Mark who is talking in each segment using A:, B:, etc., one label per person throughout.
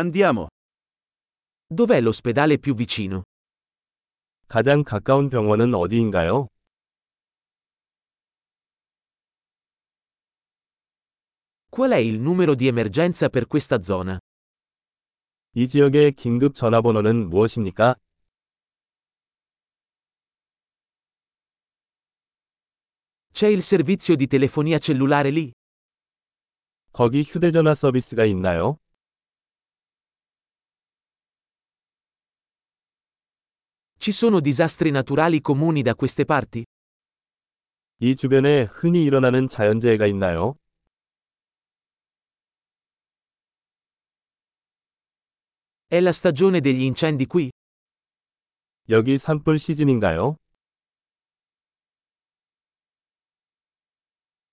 A: Andiamo. Dov'è l'ospedale più vicino?
B: 가장 가까운 병원은 어디인가요?
A: Qual è il numero di emergenza per questa zona?
B: 이 지역의 긴급 전화번호는 무엇입니까?
A: C'è il servizio di telefonia cellulare lì?
B: 거기 휴대전화 서비스가 있나요?
A: Ci sono disastri naturali comuni da queste parti?
B: 이 주변에 흔히 일어나는 자연재해가 있나요?
A: È la stagione degli incendi qui?
B: 여기 산불 시즌인가요?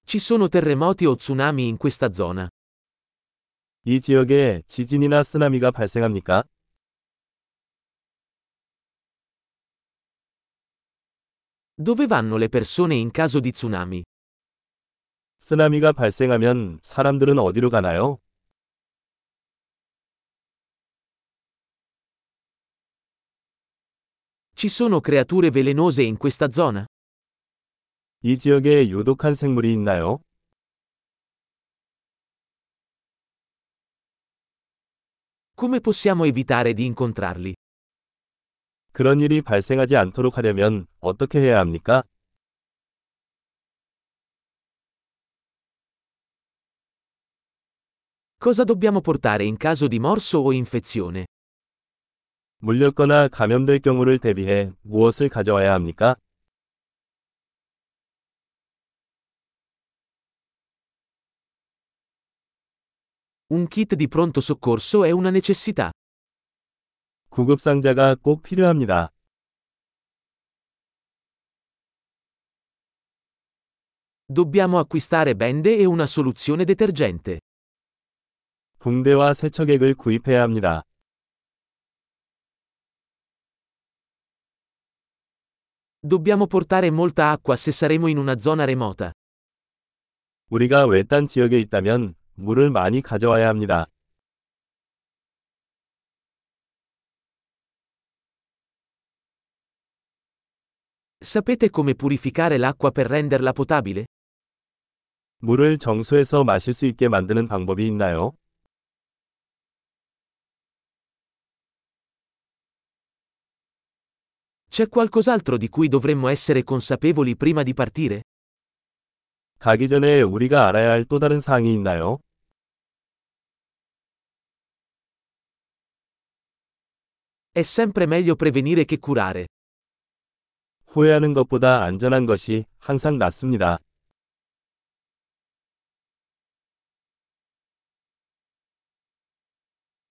A: Ci sono terremoti o tsunami in questa zona?
B: 이 지역에 지진이나 쓰나미가 발생합니까?
A: Dove vanno le persone in caso di tsunami?
B: 쓰나미가 발생하면 사람들은 어디로 가나요?
A: Ci sono creature velenose in questa zona?
B: 이 지역에 유독한 생물이 있나요?
A: Come possiamo evitare di incontrarli?
B: 그런 일이 발생하지 않도록 하려면 어떻게 해야 합니까?
A: Cosa dobbiamo portare in caso di morso o infezione?
B: 물렸거나 감염될 경우를 대비해 무엇을 가져와야 합니까?
A: Un kit di pronto soccorso è una necessità.
B: 구급 상자가 꼭 필요합니다.
A: Dobbiamo acquistare bende e una soluzione detergente.
B: 붕대와 세척액을 구입해야 합니다.
A: Dobbiamo portare molta acqua se saremo in una zona remota.
B: 우리가 외딴 지역에 있다면 물을 많이 가져와야 합니다.
A: Sapete come purificare l'acqua per renderla potabile?
B: 물을 정수해서 마실 수 있게 만드는 방법이 있나요?
A: C'è qualcos'altro di cui dovremmo essere consapevoli prima di partire?
B: 가기 전에 우리가 알아야 할 또 다른 사항이 있나요?
A: È sempre meglio prevenire che curare.
B: 후회하는 것보다 안전한 것이 항상 낫습니다.